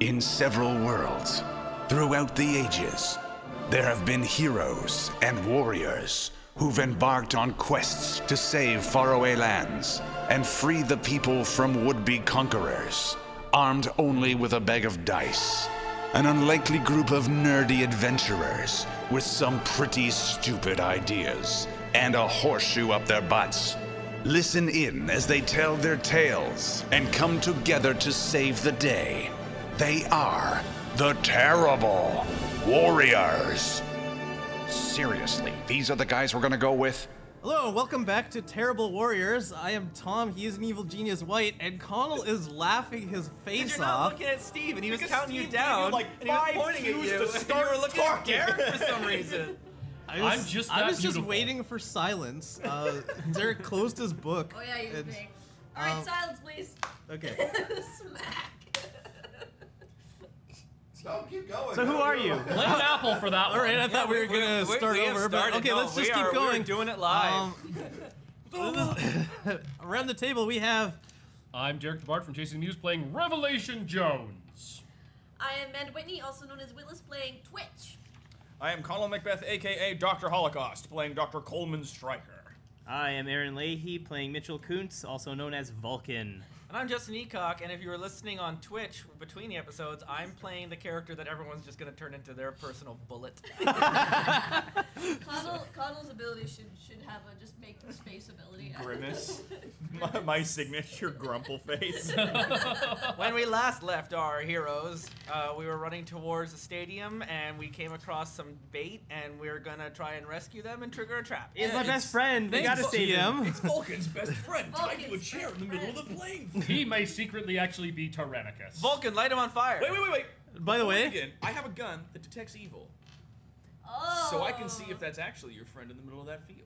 In several worlds, throughout the ages, there have been heroes and warriors who've embarked on quests to save faraway lands and free the people from would be conquerors, armed only with a bag of dice. An unlikely group of nerdy adventurers with some pretty stupid ideas and a horseshoe up their butts. Listen in as they tell their tales and come together to save the day. They are the Terrible Warriors. Seriously, these are the guys we're gonna go with? Hello, and welcome back to Terrible Warriors. I am Tom, he is an evil genius white, and Connell is laughing his face You're not off. looking at Steve, and he was Because counting Steve you gave down, you, like, and he was five pointing at cues you, to and you start were looking talking. at Garrett for some reason. I was, I'm just I that was just beautiful. waiting for silence. Uh, Derek closed his book. Oh yeah, you're and- big. All right, um, silence, please. Okay. Smack. No, Oh, keep going. So who No, are no, you? no. Blame Apple for that All one. right, I thought we were gonna we- start we have over, but started. okay, No, let's we just are- keep we're going. doing it live. Um, around the table, we have I'm Derek DeBart from Chasing News playing Revelation Jones. I am Amanda Whitney, also known as Witless, playing Twitch. I am Colin Macbeth, aka Dr. Holocaust, playing Dr. Coleman Stryker. I am Aaron Leahy playing Mitchell Kuntz, also known as Vulcan. And I'm Justin Eacock, and if you were listening on Twitch between the episodes, I'm playing the character that everyone's just going to turn into their personal bullet. Coddle, Coddle's ability should should have a just make this face ability. Grimace. My, my signature grumple face. when we last left our heroes, uh, we were running towards the stadium, and we came across some bait, and we are going to try and rescue them and trigger a trap. He's my best friend. We thanks, gotta save him. GM. Vulcan's best friend tied to a Vulcan's chair in the best middle of the friend. playing He may secretly actually be Tyrannicus. Vulcan, light him on fire. Wait, wait, wait, wait. By the Before we way- begin, I have a gun that detects evil, Oh. so I can see if that's actually your friend in the middle of that field.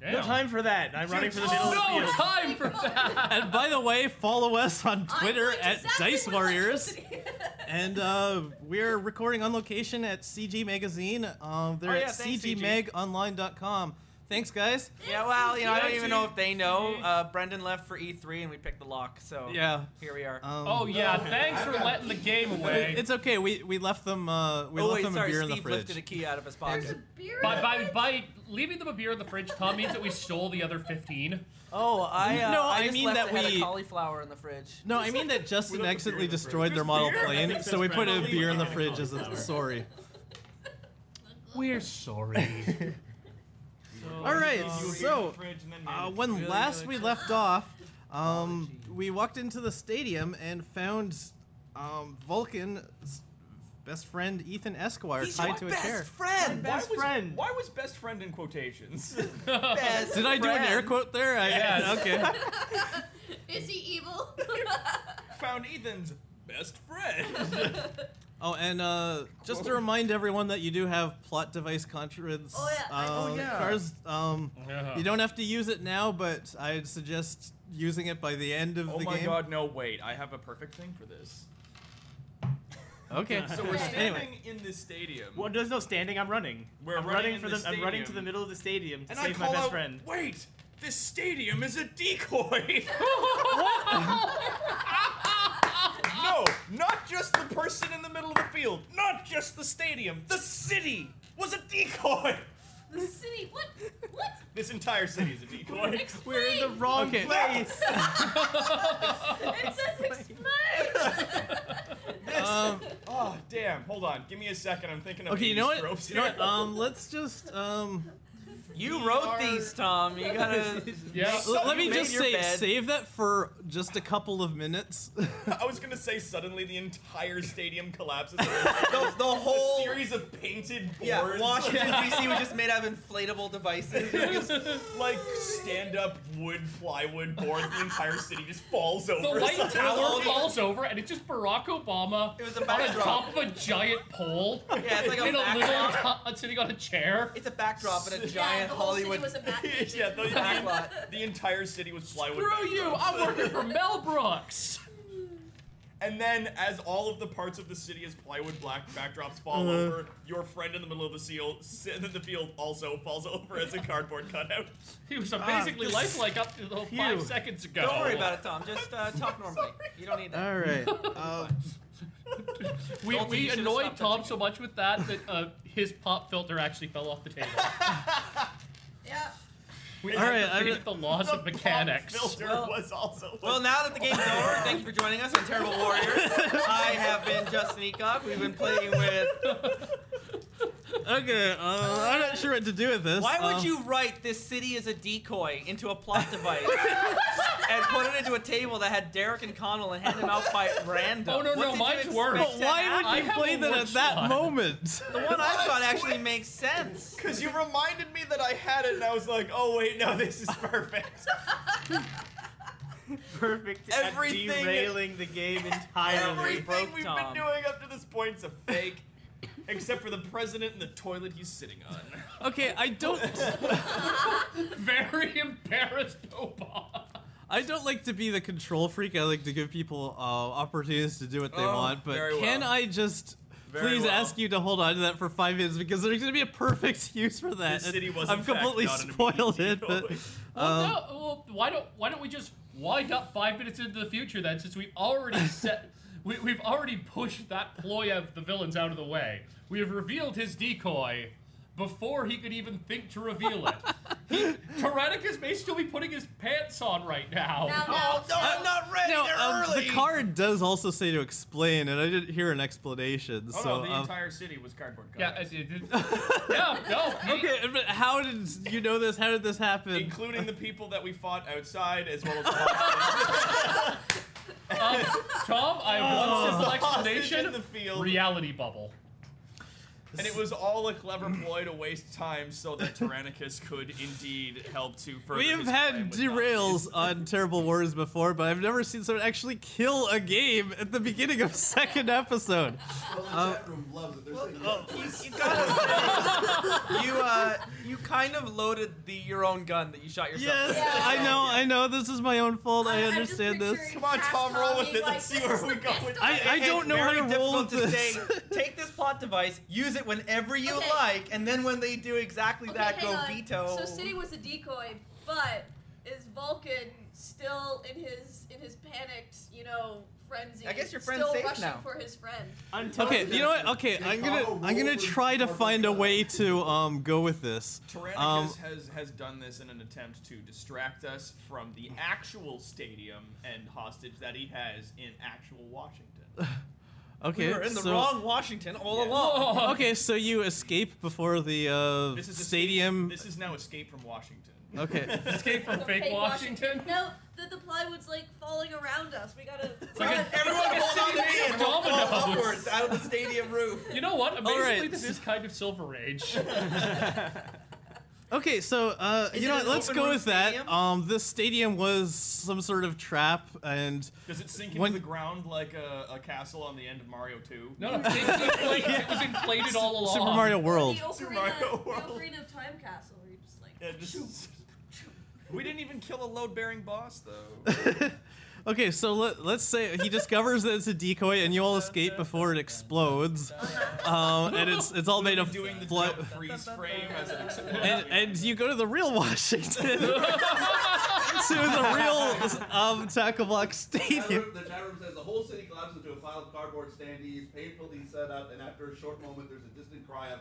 Damn. No time for that. I'm running for the Oh, middle of the No field. time for that. And by the way, follow us on I'm Twitter going to at Zachary Dice with Warriors. electricity. And uh, we're recording on location at CG Magazine. Um, they're Oh, yeah, at thanks, cgmegonline.com. Thanks, guys. Yeah, well, you know, I don't Yeah, even she- know if they know. she- Uh, Brendan left for E3 and we picked the lock, so Yeah. here we are. Um, Oh yeah, thanks for letting the game away. It's okay. We we left them. Uh, we oh, left wait, them sorry, a beer Steve in the lifted a fridge. key out of his There's a pocket. beer. by, in by, it? by leaving them a beer in the fridge, Tom means that we stole the other 15. Oh, I uh, No, I just mean left that it had we- a cauliflower in the fridge. No, I mean that Justin accidentally destroyed their model plane, so we put a beer in the fridge as a sorry. We're sorry. All right, so uh, when last we left off, um, we walked into the stadium and found um, Vulcan's best friend Ethan Esquire He's your tied to a best chair. friend. Why Best was- friend. Why was best friend in quotations? Best Did I do an air friend. quote there? I, Yes. Okay. Is he evil? Found Ethan's best friend. Oh, and uh, just to remind everyone that you do have plot device contrads. Oh, yeah. I- Um, oh, yeah. Cars. Um, Yeah. You don't have to use it now, but I'd suggest using it by the end of Oh the my game. god, no, wait. I have a perfect thing for this. Okay. So we're Okay. standing Anyway. in this stadium. Well, there's no standing. I'm running. We're I'm running in for the I'm running to stadium. the middle of the stadium to And I save call my best out, friend. wait, this stadium is a decoy. no, not just the person in the middle of the field, not just the stadium, the city was a decoy. the city. What? What? This entire city is a decoy. Explain. We're in the wrong Okay. place. It says explain. um, oh, damn. Hold on. Give me a second. I'm thinking of okay, you know 80s what? tropes You know here. what? Um, let's just um, You wrote these, Tom. You gotta. yeah. l- let you me made just your say bed. save that for just a couple of minutes. I was gonna say suddenly the entire stadium collapses. The, the a whole. series of painted boards. Yeah, Washington D.C. was just made out of inflatable devices. It was just- like stand-up wood plywood board. The entire city just falls over. "Oh, The White Somehow. Tower falls over, and it's just Barack Obama It was a on the backdrop. top of a giant pole. yeah, it's like a in a little backdrop. t- uh, sitting on a chair. It's a backdrop in a yeah, giant the whole Hollywood city was a bad yeah, the, back the, lot. the entire city was plywood. Screw you! backdrops. I'm working for Mel Brooks. And then, as all of the parts of the city as plywood black backdrops fall Uh-huh. over, your friend in the middle of the seal, in the field, also falls over as a cardboard cutout. He was amazingly this- lifelike up until five Phew. seconds ago. Don't worry about it, Tom. Just uh, talk normally. You don't need that. All right. Um, We, Dalton, you we should've annoyed stopped Tom touching so much with that that uh, his pop filter actually fell off the table. Yeah. We All right, activated I'm- the laws of The pop mechanics. filter Well- was also. Well, now that the game's over, thank you for joining us on Terrible Warriors. I have been Justin Eacock. We've been playing with. okay. Uh, I'm not sure what to do with this. Why would Um, you write this city as a decoy into a plot device and put it into a table that had Derek and Connell and hand them out by random? Oh, no, What no, did you mine's expect worse. to But why happen? would I you have play a that at worse that one. moment? The one I thought actually makes sense. Because you reminded me that I had it, and I was like, oh, wait, no, this is perfect. Perfect Everything- at derailing the game entirely. Everything broke we've Tom. been doing up to this point's a fake, except for the president and the toilet he's sitting on. Okay, I don't. Very embarrassed, Obama. I don't like to be the control freak. I like to give people uh, opportunities to do what they Oh, want. But very can well. I just Very please well. ask you to hold on to that for five minutes because there's going to be a perfect use for that. This and city was, I've in fact, completely not an spoiled it. immediate But, deal. Well, Um, no, well, why don't why don't we just wind up five minutes into the future then, since we've already set we, we've already pushed that ploy of the villains out of the way. We have revealed his decoy before he could even think to reveal it. he, Tyrannicus may still be putting his pants on right now. Now, now, Oh, no, I'm not ready. no, They're um, early. the card does also say to explain, and I didn't hear an explanation. Oh, so no, the um, entire city was cardboard Yeah, cutouts. it- it- it- yeah, no. he- okay, but how did you know this? How did this happen? including the people that we fought outside, as well as the hostages. Um, Tom, I have one simple Hostage explanation. Oh. in the field. Reality bubble. and it was all a clever ploy to waste time so that Tyrannicus could indeed help to further. we have his plan had with derails on terrible wars before, but I've never seen someone actually kill a game at the beginning of second episode. You, you gotta say, you, uh, you kind of loaded the your own gun that you shot yourself. Yes, with. Yeah. I know, I know. This is my own fault. I I'm just understand this. picturing Come on, Cass Tom, roll with being it. like, Let's see "This where is we the go best with- of I- it." I It's don't know how very to roll difficult to this. say, take this plot device, use it whenever you Okay. like, and then when they do exactly Okay, that, hang go on. veto. So City was a decoy, but is Vulcan still in his in his panicked, you know, frenzy? I guess your friend's still safe rushing now. for his friend. Until Okay, you know what? Okay, I'm gonna I'm gonna try to find a way to um go with this. Tyrannicus Um, has, has done this in an attempt to distract us from the actual stadium and hostage that he has in actual Washington. Um, okay, we were in the so- wrong Washington all Yeah. along. Okay, so you escape before the uh, This is escape- stadium. this is now escape from Washington. Okay. Escape from The fake Washington. No, the, the plywood's like falling around us. We gotta. like run. a- Everyone It's hold on to like me a and we'll fall dominoes. upwards out of the stadium roof. You know what? Amazingly, right. this is kind of Silver Age. Okay, so uh, Is you it know what? an Let's open go roof with stadium? that. Um, this stadium was some sort of trap, and Does it sink into When- the ground like a, a castle on the end of Mario 2? No, no, it, was inflated- it was inflated all along. Super Mario World. The Ocarina, Mario the World. Ocarina of Time Castle, where you just like. Yeah, just- we didn't even kill a load-bearing boss, though. Okay, so let, let's say he discovers that it's a decoy, and you all escape before it explodes, um, and it's it's all made of Doing the flo- jump freeze frame as it explodes. and, and you go to the real Washington, to the real um, Taco Block Stadium. The chat room says the whole city collapses into a pile of cardboard standees, painfully set up, and after a short moment, there's a distant cry of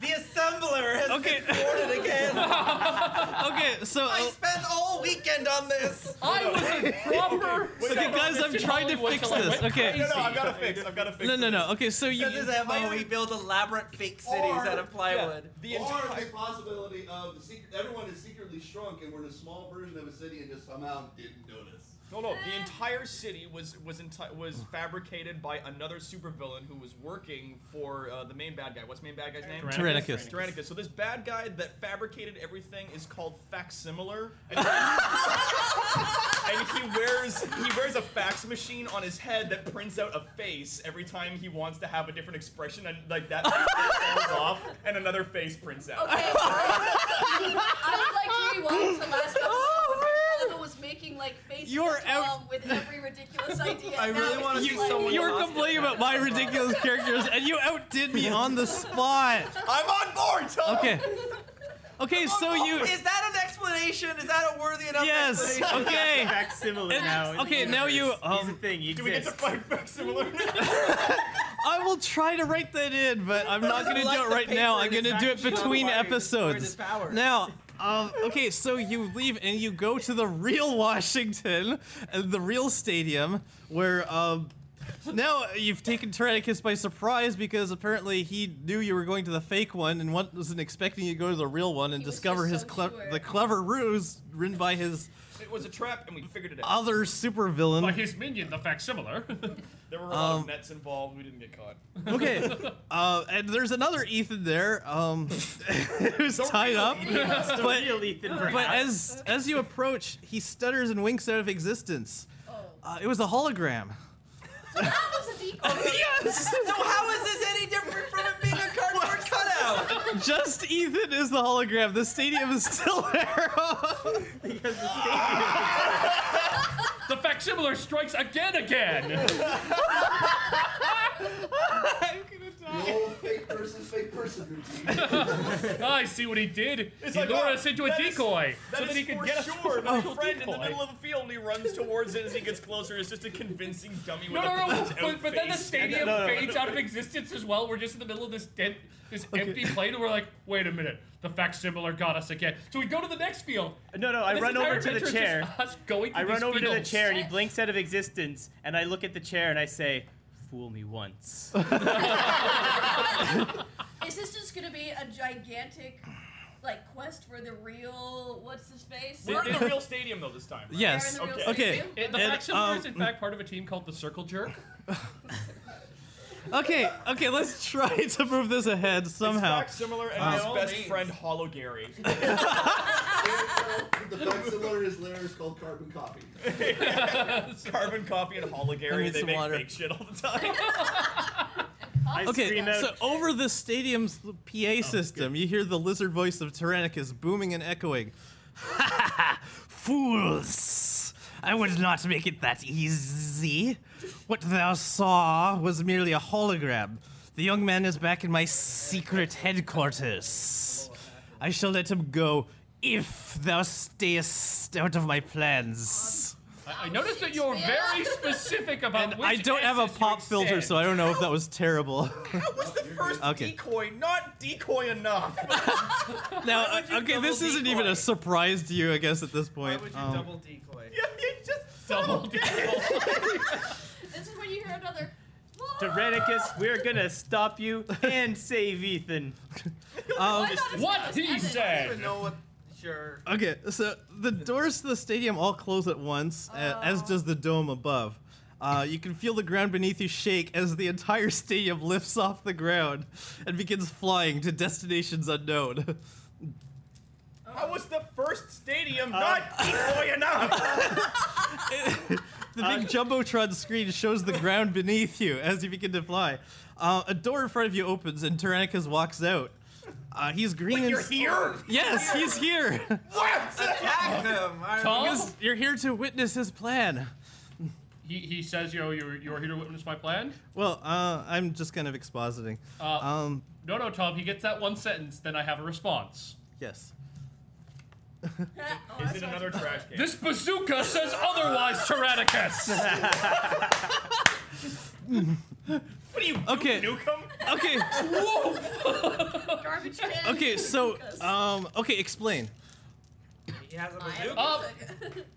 The assembler has Okay. been thwarted again. Okay, so I uh, spent all weekend on this. I was a proper. okay, guys, I'm trying to fix this. Okay, no, no, I've got to fix. I've got to fix. no, no, this. no. Okay, so you This is how Oh, we build elaborate fake cities Or- out of plywood. The or entire. the possibility of the secret. Everyone is secretly shrunk, and we're in a small version of a city, and just somehow didn't notice. No, no. The entire city was was enti- was fabricated by another supervillain who was working for uh, the main bad guy. What's the main bad guy's name? Tyrannicus. Tyrannicus. So this bad guy that fabricated everything is called Facsimilar, and, and he wears he wears a fax machine on his head that prints out a face every time he wants to have a different expression, and like that face falls off, and another face prints out. Okay. I would like to rewind to last episode. you're You're out- out with every ridiculous idea. I Now really it's wanna just see like- someone You were lost complaining it. about my ridiculous characters, and you outdid me on the spot. I'm on board, Tom. Okay. Okay, so you. Oh, Is that an explanation? Is that a worthy enough Yes. explanation? Okay. Facsimile now. in the okay, now you, universe. He's a um, thing. He Do we get to exists. fight similar? I will try to write that in, but I'm not gonna do Like it the right now. I'm paper in gonna his do it vacuum between wiring is part of his episodes. power. Now, um, okay, so you leave and you go to the real Washington, uh, the real stadium, where um, now you've taken Tyrannicus by surprise because apparently he knew you were going to the fake one and wa- wasn't expecting you to go to the real one and He was discover just his so cle- sure. the clever ruse written by his it was a trap, and we figured it out. other supervillain. By his minion, the facsimile. There were a lot of nets involved. We didn't get caught. Okay. Uh, and there's another Ethan there um, who's tied up. It's the but- real Ethan, But perhaps. as as you approach, he stutters and winks out of existence. Oh. Uh, it was a hologram. That was a decoy. Yes! So how is this any different from it being a cardboard cutout? Just Ethan is the hologram. The stadium is still there. Because the stadium- the facsimile strikes again, again. The old fake person, fake person routine. I see what he did. It's he like, lured oh, us into a that is- decoy That so is that he could for get us sure. from My the friend in the decoy. middle of the field, he runs towards it as he gets closer. It's just a convincing dummy with No, a no, no! punched-out But, but then the face. stadium No, no, no. fades out of existence as well. We're just in the middle of this dead, this empty plane, and we're like, wait a minute, the facsimile got us again. So we go to the next field. no, no, I This run over entire to the picture is chair. just Us going I through run these over to the fields. chair and he blinks out of existence, and I look at the chair and I say, "Fool me once." Is this just gonna be a gigantic, like, quest for the real? What's his face? We're in the real stadium though this time. Right? yes. They're in the real Okay. stadium? It- the And, facsimile is um, in fact part of a team called the Circle Jerk. Okay. Okay. Let's try to move this aad somehow. It's similar and By all his best means. friend Hollow Gary. the facsimile is later is called carbon copy. Carbon copy and Hollow Gary. need They some make water. fake shit all the time. I Okay, scream out, Oh, so over the stadium's PA system, you hear the lizard voice of Tyrannicus booming and echoing. Fools! I would not make it that easy. What thou saw was merely a hologram. The young man is back in my secret headquarters. I shall let him go if thou stayest out of my plans. I, I noticed that you're very specific about which I don't have a S's you pop filter, extend. so I don't know if that was terrible. That was the first Okay. decoy, not decoy enough. Now, would you uh, okay, double this isn't even a decoy? surprise to you, I guess, at this Why point. would you Um, double decoy? you just Oh, double decoy. This is when you hear another. "Tyrannicus, we're gonna stop you and save Ethan." Um, What he I don't said. know what. Sure. Okay, so the doors to the stadium all close at once, uh, as Oh. does the dome above. Uh, you can feel the ground beneath you shake as the entire stadium lifts off the ground and begins flying to destinations unknown. that was the first stadium, not decoy enough. The Uh, big jumbotron screen shows the ground beneath you as you begin to fly. Uh, a door in front of you opens and Tyrannicus walks out. Uh, he's green and You're here. yes, he's here. What? Attack them. I- Tom, Oh. Because you're here to witness his plan. he, he says, yo, you're, you're here to witness my plan. Well, uh, I'm just kind of expositing. um, No, no, Tom, he gets that one sentence, then I have a response. yes. oh, Is it another trash can? This bazooka says otherwise, Tyrannicus! what are you, Okay. Nukem? Okay. garbage can? Okay. So, um, okay. Explain. He has a I have bazooka. Up.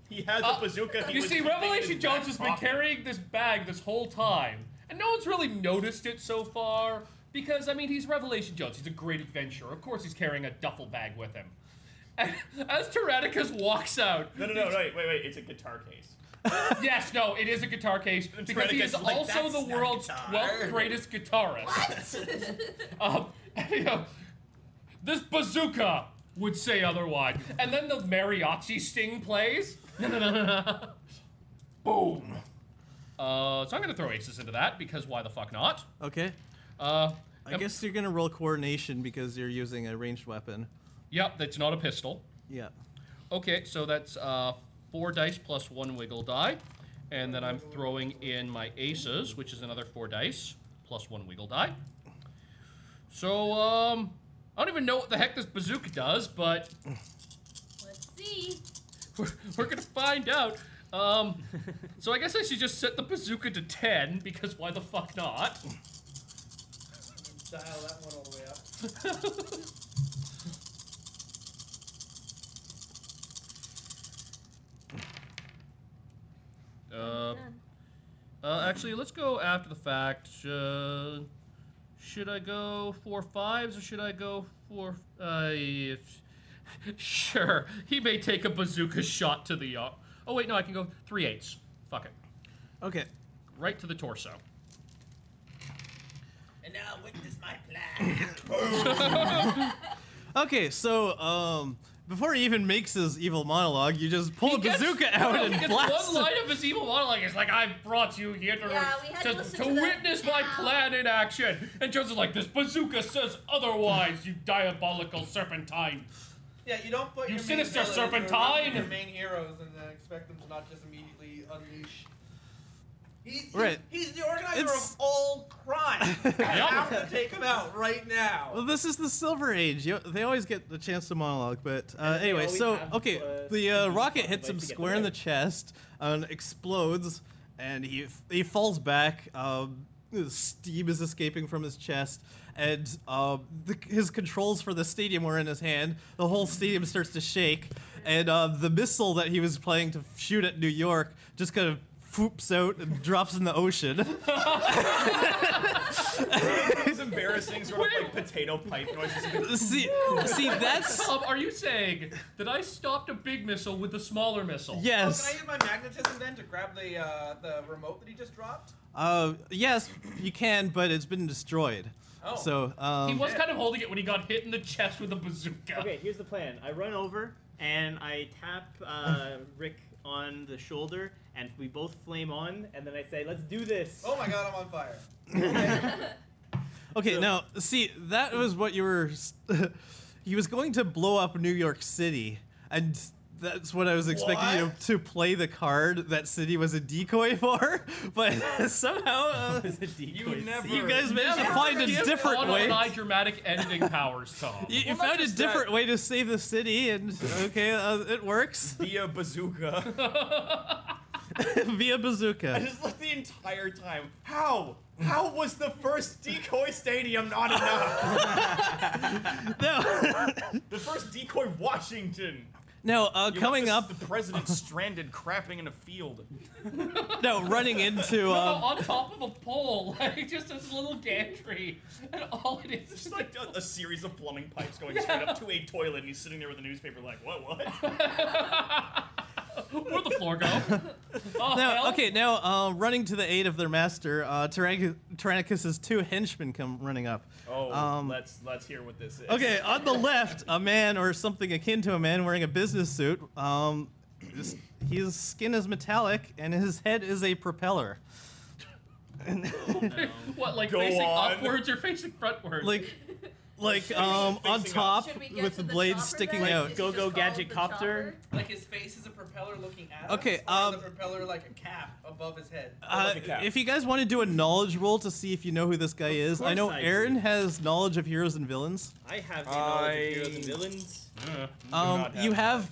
He has Uh, a bazooka. He you was see, keeping in Revelation his Jones back has been pocket. carrying this bag this whole time, and no one's really noticed it so far because, I mean, he's Revelation Jones. He's a great adventurer. Of course, he's carrying a duffel bag with him. And as Tyrannicus walks out, No, no, no, no, wait, wait, wait. It's a guitar case. yes, no, it is a guitar case because he Tyrannicus is is like, also "That's the not a world's guitar." 12th greatest guitarist. Um, you know, this bazooka would say otherwise. And then the mariachi sting plays. Boom. Uh, so I'm gonna throw aces into that because why the fuck not? Okay. Uh, I yep, guess you're gonna roll coordination because you're using a ranged weapon. yep, that's not a pistol. Yeah. Okay, so that's uh, four dice plus one wiggle die. And then I'm throwing in my aces, which is another four dice plus one wiggle die. So, um, I don't even know what the heck this bazooka does, but Let's see. we're, we're gonna find out. Um, so I guess I should just set the bazooka to 10, because why the fuck not? Dial that one all the way up. Uh, uh, actually, let's go after the fact. Uh, should I go four fives or should I go four? Uh, if- sure. He may take a bazooka shot to the. Uh, oh wait, no, I can go three eights. Fuck it, Okay. right to the torso. And now witness my plan. Okay, so um, before he even makes his evil monologue, you just pull a He gets- bazooka out no, he and gets blast. one line of his evil monologue. It's like I brought you here to, Yeah, we had to to, listen to to that witness my now." plan in action. And Jones is like, "This bazooka says otherwise, you diabolical serpentine." yeah, you don't put You your main sinister villains or serpentine! your main heroes and then expect them to not just immediately unleash. He's, he's- Right. he's the organizer It's- of all crime. I have to take him out right now. Well, this is the Silver Age. You, they always get the chance to monologue, but uh, anyway, always so have, okay, uh, the uh, rocket hits ways him to get square in the there. chest and explodes, and he he falls back. Um, steam is escaping from his chest, and uh, the, his controls for the stadium were in his hand. The whole stadium starts to shake, and uh, the missile that he was planning to shoot at New York just kind of foops out and drops in the ocean. It's embarrassing, sort of like potato pipe noises. see, see, that's Tom, Um, are you saying that I stopped a big missile with a smaller missile? Oh, yes. can I use my magnetism then to grab the uh, the remote that he just dropped? Uh, yes, you can, but it's been destroyed. Oh. So, um, He was kind of holding it when he got hit in the chest with a bazooka. Okay, here's the plan. I run over and I tap uh, Rick on the shoulder, and we both flame on, and then I say, "Let's do this." Oh my god, I'm on fire. okay, now see that was what you were. s- he was going to blow up New York City, and that's what I was expecting you What? to play the card that city was a decoy for. But somehow, uh, It's a decoy. never- you guys managed to Never find a give different Otto way. and I dramatic ending powers, Tom. You, you Well, not found a just that. different way to save the city, and okay, uh, it works Via bazooka. via I bazooka. just looked the entire time. How? How was the first decoy stadium not enough? No, The first decoy Washington. no. Uh, You coming want up, this- the president stranded, crapping in a field. no, running into. Oh, Um, on top of a pole, like just this little gantry, and all it is is It's like a, a series of plumbing pipes going straight up to a toilet, and he's sitting there with a newspaper, like, what, what? where'd the floor go? Oh, Now, hell. okay, now uh, running to the aid of their master, uh, Tyrannic- Tyrannicus's two henchmen come running up. Oh, Um, let's let's hear what this is. Okay, on the left, a man or something akin to a man wearing a business suit. Um, his, his skin is metallic and his head is a propeller. what like Go facing on. upwards or facing frontwards? Like, like um, on Facing up. top Should we get with to the the blade chopper sticking then? out. Is it Go just go called gadget the copter. chopper? Like his face is a propeller looking at Okay, us. or is um, the propeller like a cap above his head. Uh, if you guys want to do a knowledge roll to see if you know who this guy is, I course know I do. Aaron has knowledge of heroes and villains. I have the knowledge of heroes and I- villains. Uh, Um, you have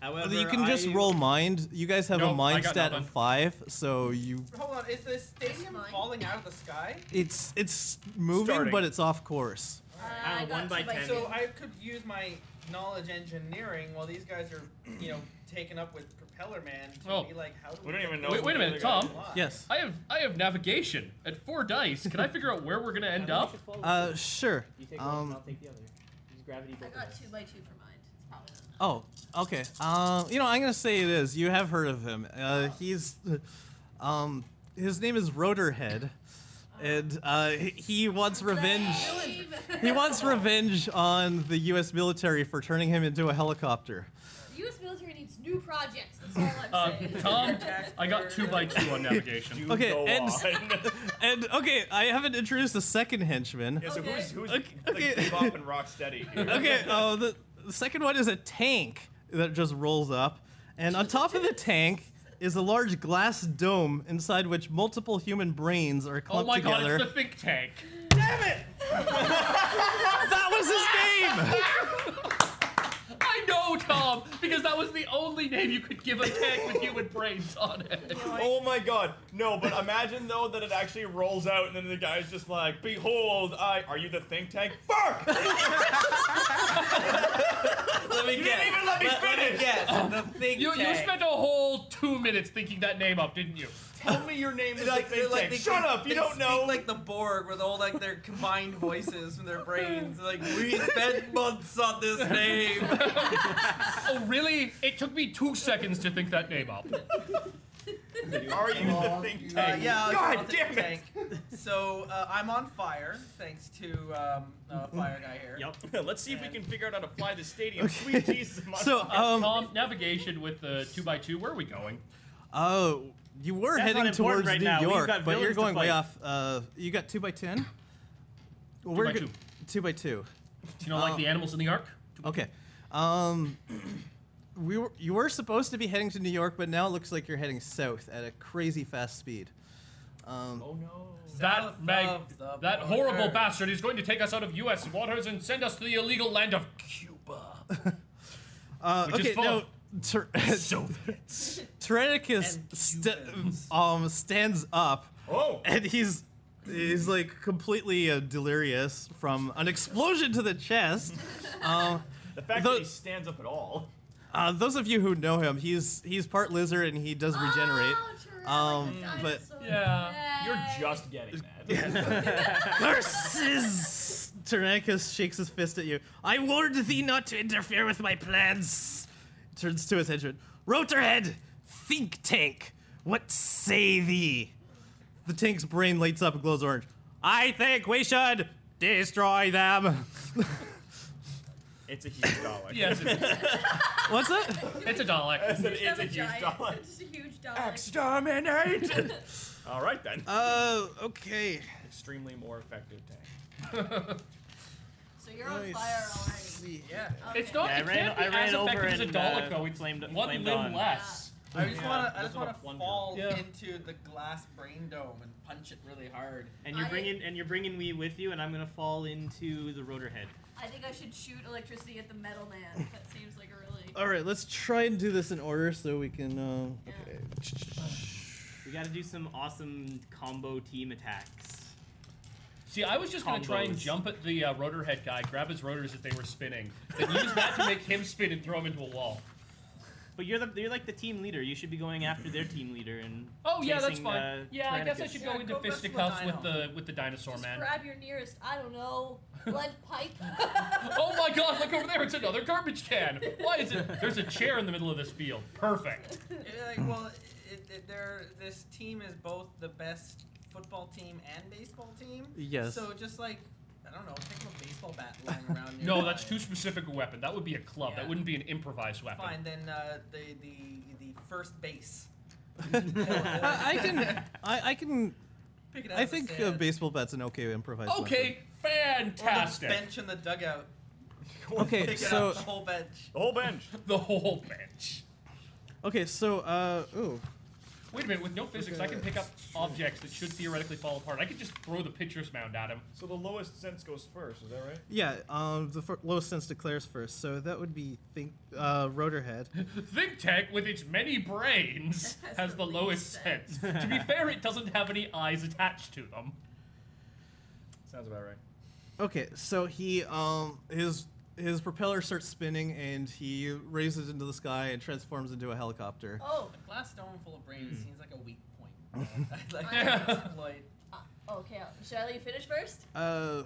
However, you can just I- roll mind. You guys have a Nope, I mind got stat of nothing. five, so you Hold on, is the stadium Mine. falling out of the sky? it's it's moving, Starting. but it's off course. Uh, I Uh, got one two by ten. So I could use my knowledge engineering while these guys are, you know, taken up with Propeller Man to Oh. be like, how do we, We don't get even the know Wait- wait a who the minute, other guy Tom. is. line? Yes. I have I have navigation at four dice. Can I figure out where we're gonna end up? Uh, sure. you take one, Um, I'll take the other. Use gravity. I both of got us. two by two for mine. It's probably not enough. oh, okay. Um, you know, I'm gonna say it is. You have heard of him. Uh, he's, um, his name is Rotorhead, and uh, he- he wants revenge. He wants revenge on the U.S. military for turning him into a helicopter. The U.S. military needs new projects. That's all I'm Uh, saying. Tom, I got two by two on navigation. You Okay, go and- on. And okay, I haven't introduced the second henchman. Yeah, so Okay. who's who's Okay, like okay. Bebop and Rocksteady? Here? Okay, uh, the, the second one is a tank that just rolls up, And on top of the tank is a large glass dome inside which multiple human brains are Oh clumped my together. god, it's the think tank. that was his name! I know, Tom, because that was the only name you could give a tank with human brains on it. Oh my god. No, but imagine though that it actually rolls out and then the guy's just like, Behold, I are you the think tank? Fuck! Let me You guess. didn't even let me finish. Let me guess. The think You, you tank. spent a whole two minutes thinking that name up, didn't you? Tell me your name is like, the think like tank. they- Shut up, you they don't know. Speak like the Borg with all like their combined voices from their brains. Like we spent months on this name. Oh, really? It took me two seconds to think that name up. are you the think Uh, tank? yeah. I'll- God I'll take damn the it! tank. So uh, I'm on fire thanks to um, uh, fire guy here. Yep. Let's see if we can figure out how to fly the stadium. Sweet Jesus, I'm on So, fire. um, Tom, navigation with the two by two. Where are we going? oh, you were That's not heading important towards right New now. We've York, got but you're villains to going way fight. off. Uh, you got two by ten. Well, by go- two. Two by two. Do you know, Um, like the animals in the ark? Okay. Um, we were, you were supposed to be heading to New York, but now it looks like you're heading south at a crazy fast speed. oh no. That mag, of the that horrible border. bastard is going to take us out of U.S. waters and send us to the illegal land of Cuba. Uh, Which is okay, full no. Tyr- Soviets. Tyrannicus And Cubans. st- um, stands up, Oh! and he's he's like completely uh, delirious from an explosion to the chest. The fact The- that he stands up at all. Uh, those of you who know him, he's he's part lizard and he does regenerate. Oh, Tyrannic Um, dinosaur. but- Yeah, You're Yay. just getting that. Curses! Tyrannicus shakes his fist at you. I warned thee not to interfere with my plans. Turns to his henchman. Rotorhead, think tank. What say thee? The tank's brain lights up and glows orange. I think we should destroy them. It's a huge dollar. yes, it- What's that? it's a Dalek. It's a- Just it's have a huge giant- dollar. It's a huge dollar. Exterminate! all right then. Oh, okay. Extremely more effective tank. So you're on fire already. Yeah. Okay. It's not. Yeah, I it can't ran- be I ran as over effective as a and, Dalek uh, though. It's flamed- one flamed limb on. less. I just Yeah, want to. I that's just what want I to wondered. fall Yeah. into the glass brain dome and punch it really hard. And you're I- bringing and you're bringing me with you, and I'm gonna fall into the rotor head. I think I should shoot electricity at the metal man. That seems like a really. All right, let's try and do this in order so we can. Uh, okay. We gotta do some awesome combo team attacks. See, I was just gonna try and Combos. jump at the uh, rotor head guy, grab his rotors if they were spinning, then use that to make him spin and throw him into a wall. But you're the you're like the team leader. You should be going after their team leader and Oh yeah, that's chasing, fine. uh, yeah, I guess I Tyrannicus. should Yeah, go into go wrestle fisticuffs a with dino. the with the dinosaur Just man. grab your nearest, I don't know, lead pipe. Oh my god, look over there, it's another garbage can. Why is it there's a chair in the middle of this field. Perfect. Yeah, like, well, it, it, they're, this team is both the best football team and baseball team. Yes. So just like, I don't know, pick up a baseball bat lying around. No, nearby. that's too specific a weapon. That would be a club. Yeah. That wouldn't be an improvised weapon. Fine, then uh, the, the the first base. I, I can. I, I can. Pick it out I of the think uh, sand. baseball bat's an okay improvised. weapon. Okay, Or the fantastic. bench in the dugout. Okay, Pick it so up, the whole bench. The whole bench. The whole bench. okay, so uh, ooh, Wait a minute, with no physics, I can pick up objects that should theoretically fall apart. I could just throw the pitcher's mound at him. So the lowest sense goes first, is that right? yeah. Um, the fir- lowest sense declares first, so that would be think uh, rotorhead. Think tank, with its many brains, Has has the the lowest least sense. to be fair, it doesn't have any eyes attached to them. Sounds about right. Okay, so he um his his propeller starts spinning and he raises into the sky and transforms into a helicopter. oh, A glass dome full of Hmm. brains seems like a weak point. I'd like Yeah. to exploit. uh, okay. Should I let you finish first? Uh,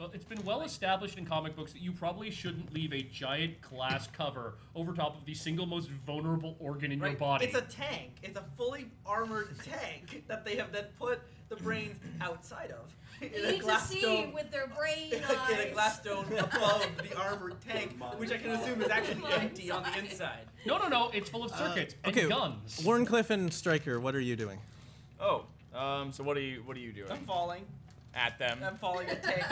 Well, it's been well established in comic books that you probably shouldn't leave a giant glass cover over top of the single most vulnerable organ in your Right? body. It's a tank. It's a fully armored tank that they have then put the brains outside of. You In a need to glass see dome. with their brain eyes. in a glass dome above the armored tank, which I can assume is actually empty on the inside. no, no, no, it's Uh, full of circuits and okay, guns. Warren Cliff and Stryker, what are you doing? Oh, um, so what are you what are you doing? I'm falling. at them. I'm falling a tank.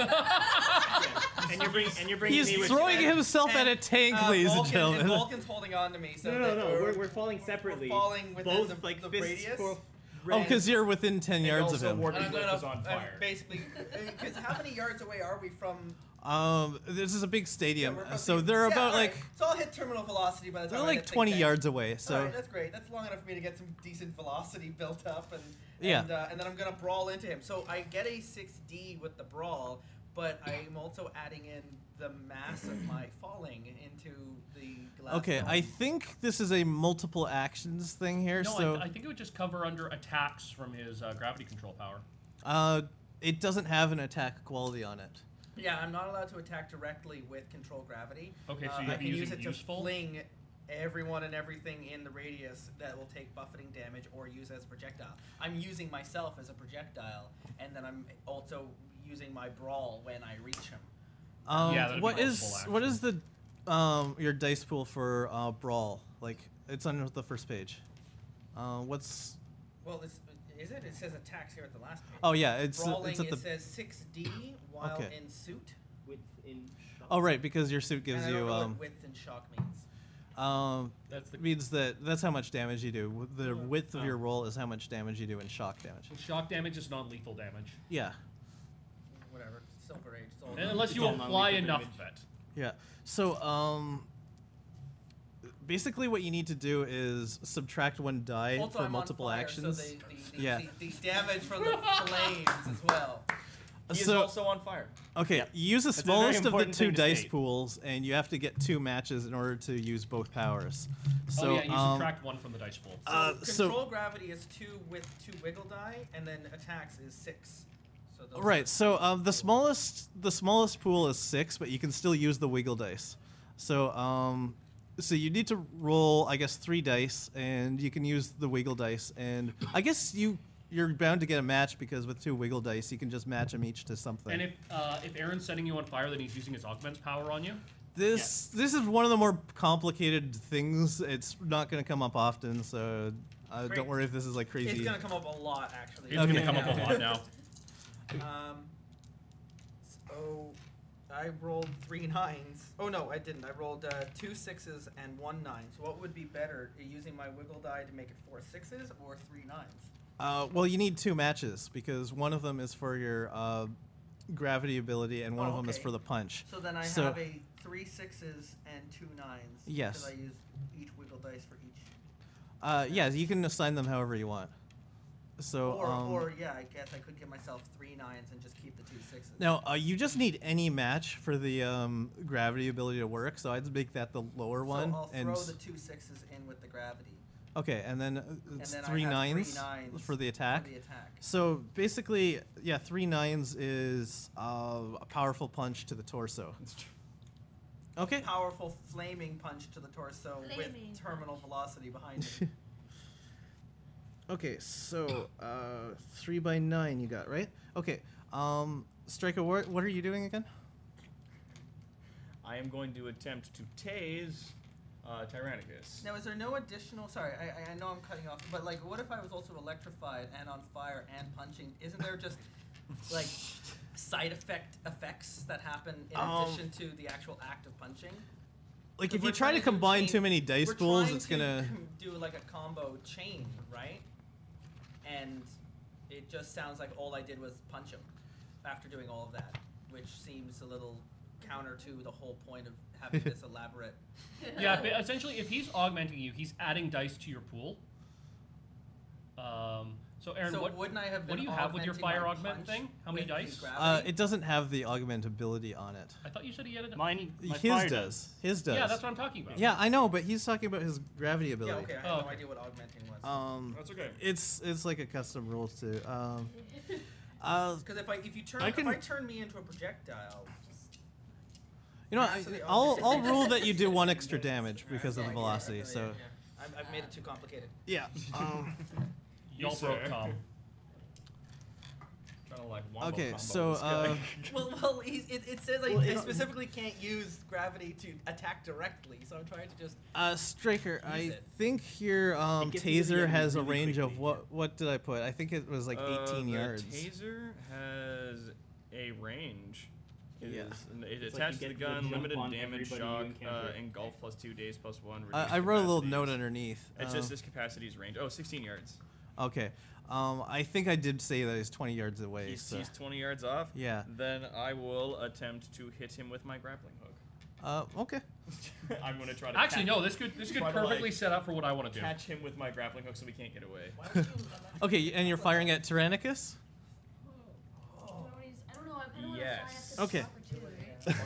and you're bringing and you're bringing me He's with throwing you. himself at a tank, Uh, ladies Vulcan, and gentlemen. Vulcan's holding on to me, so No, no, that no, we're, we're, we're falling separately. falling within Both the- like the fists radius? for- Oh, because you're within 10 yards of also him. ward- and I'm Rope gonna is on I'm fire. basically because how many yards away are we from? Um, this is a big stadium, we're from so the- they're Yeah, about all right. like So I'll hit terminal velocity by the time. they're I like hit the 20 tank. yards away. So Alright, that's great. That's long enough for me to get some decent velocity built up, and Yeah. and, uh, and then I'm gonna brawl into him. So I get a 6D with the brawl, but I'm also adding in the mass of my falling into the glass. okay, dome. I think this is a multiple actions thing here. No, so I, I think it would just cover under attacks from his uh, gravity control power. uh, it doesn't have an attack quality on it. Yeah, I'm not allowed to attack directly with control gravity. Okay, so Uh, you'd I be can use using it useful? to fling everyone and everything in the radius that will take buffeting damage or use as a projectile. I'm using myself as a projectile, and then I'm also using my brawl when I reach him. Um, Yeah, that'd be what multiple is what is the um, your dice pool for uh, brawl? Like it's on the first page. Uh, what's Well, it's, is it? It says attacks here at the last page. oh yeah, it's Brawling, it's at it the says 6D while Okay. in suit. within shot. oh right because your suit and gives I don't you know um, what width and shock means. um That's the Oh. means that that's how much damage you do. The width of your roll is how much damage you do in shock damage. shock damage is non-lethal damage, Yeah, Whatever. Silver Age. It's all And unless It's you all apply non-lethal enough damage. of it. yeah. So um, basically what you need to do is subtract one die Also, for I'm on multiple fire, actions. So the, the, Yeah. the, the damage from the flames as well. He is So- also on fire. Okay, you use the a very smallest of the important two thing to dice state. pools, and you have to get two matches in order to use both powers. So, oh yeah, you um, subtract one from the dice pool. uh, so- Control gravity is two with two wiggle die, and then attacks is six. So those right. So um, the smallest the smallest pool is six, but you can still use the wiggle dice. So um, so you need to roll, I guess, three dice, and you can use the wiggle dice, and I guess you you're bound to get a match because with two wiggle dice, you can just match them each to something. and if uh, if Aaron's setting you on fire, then he's using his augments power on you. This this is one of the more complicated things. It's not going to come up often, so uh, Great. don't worry if this is like crazy. It's gonna come up a lot, actually. It's Okay. gonna come up a lot now. Um, so I rolled three nines. Oh no, I didn't. I rolled uh, two sixes and one nine. So what would be better, using my wiggle die to make it four sixes or three nines? Uh, well, you need two matches because one of them is for your uh, gravity ability, and one Oh, of them is okay. for the punch. So then I So- have a three sixes and two nines. Yes. Because I used each wiggle dice for each. Uh, yeah, you can assign them however you want. So Or, um, or yeah, I guess I could give myself three nines and just keep the two sixes. now uh, you just need any match for the um, gravity ability to work. So I'd make that the lower So one. I'll and throw s- the two sixes in with the gravity. okay, and then uh, it's then I three, have three nines nines for the for attack. the attack. So basically, yeah, three nines is uh, a powerful punch to the torso. Okay. Powerful flaming punch to the torso Flaming. with terminal velocity behind it. Okay, so uh, three by nine you got right. Okay, um, Striker, what, what are you doing again? I am going to attempt to tase uh, Tyrannicus. now, is there no additional? Sorry, I, I- I know I'm cutting off, but like, what if I was also electrified and on fire and punching? Isn't there just like side effect effects that happen in Um, addition to the actual act of punching? Like, if We're you try trying to combine chain- too many dice we're pools, trying it's to gonna. com- do like a combo chain, right? And it just sounds like all I did was punch him after doing all of that, which seems a little counter to the whole point of having this elaborate. Yeah, but essentially, if he's augmenting you, he's adding dice to your pool. Um, so Aaron, so what, wouldn't I have been what do you have with your augmenting my fire augment punch thing? How many with the dice? Uh, gravity? it doesn't have the augment ability on it. I thought you said he added. Mine, my fire His does. His does. Yeah, that's what I'm talking about. Yeah, I know, but he's talking about his gravity yeah, ability. okay. I had Oh, no okay. idea what augmenting was. Um, That's okay. it's it's like a custom rule too. Um, uh, Because if I if you turn I if I can- turn me into a projectile, you know, I, Absolutely I'll augmented. I'll rule that you do one extra damage because Yeah, of the yeah, yeah, velocity. yeah, So yeah. I've, I've made it too complicated. yeah. Um, y'all Yes, sir. broke Tom. Trying to like wombo Okay, combo so this guy. uh, well, well, he's, it, it says I, Well, I it- specifically can't use gravity to attack directly, so I'm trying to just. uh, Striker, Use I it. think your um, gets into the taser enemy has a really range of what? What did I put? I think it was like 18 Uh, yards. The taser has a range. It Yeah. is- and it It's like attaches you to the get to gun, jump limited on damage, everybody you shock, uh, encounter. engulf plus two, days plus one. reduced I, I wrote a little capacities. note underneath. It's um, just this capacity's range. Oh, 16 yards. okay. Um, I think I did say that he's 20 yards away. He's, so. he's 20 yards off. Yeah. Then I will attempt to hit him with my grappling hook. uh, okay. I'm going to try to Actually, catch- no. This could this could try to, like, perfectly set up for what I want to do. catch him with my grappling hook so we can't get away. Okay, and you're firing at Tyrannicus. Oh. I don't know. I don't Yes. want to Okay. fly up to the okay.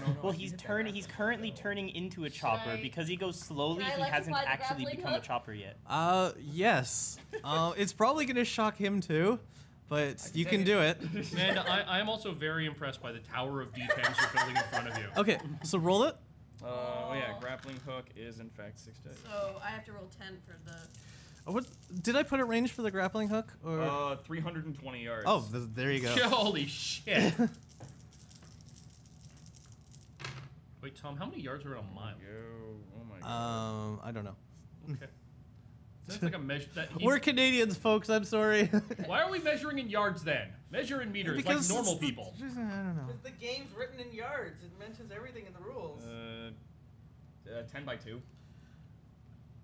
Well, he's turn. He's currently turning into a chopper I- because he goes slowly. Can I He hasn't electrify the actually grappling become a hook? chopper yet. Uh, yes. uh, it's probably gonna shock him too, but you can do it. Amanda, I, I am also very impressed by the tower of D10s you're building in front of you. Okay, so roll it. Uh, oh yeah, grappling hook is in fact six dice. So I have to roll ten for the. Uh, What did I put at range for the grappling hook? Or Uh, 320 yards. oh, th- there you go. Holy shit. Wait, Tom, how many yards are in a mile? Yo, oh my god. Um, I don't know. Okay. That's like a measure. That he- We're Canadians, folks. I'm sorry. why are we measuring in yards then? Measure in meters because like normal it's the- people. I don't know. But The game's written in yards. It mentions everything in the rules. uh, uh, 10 by 2.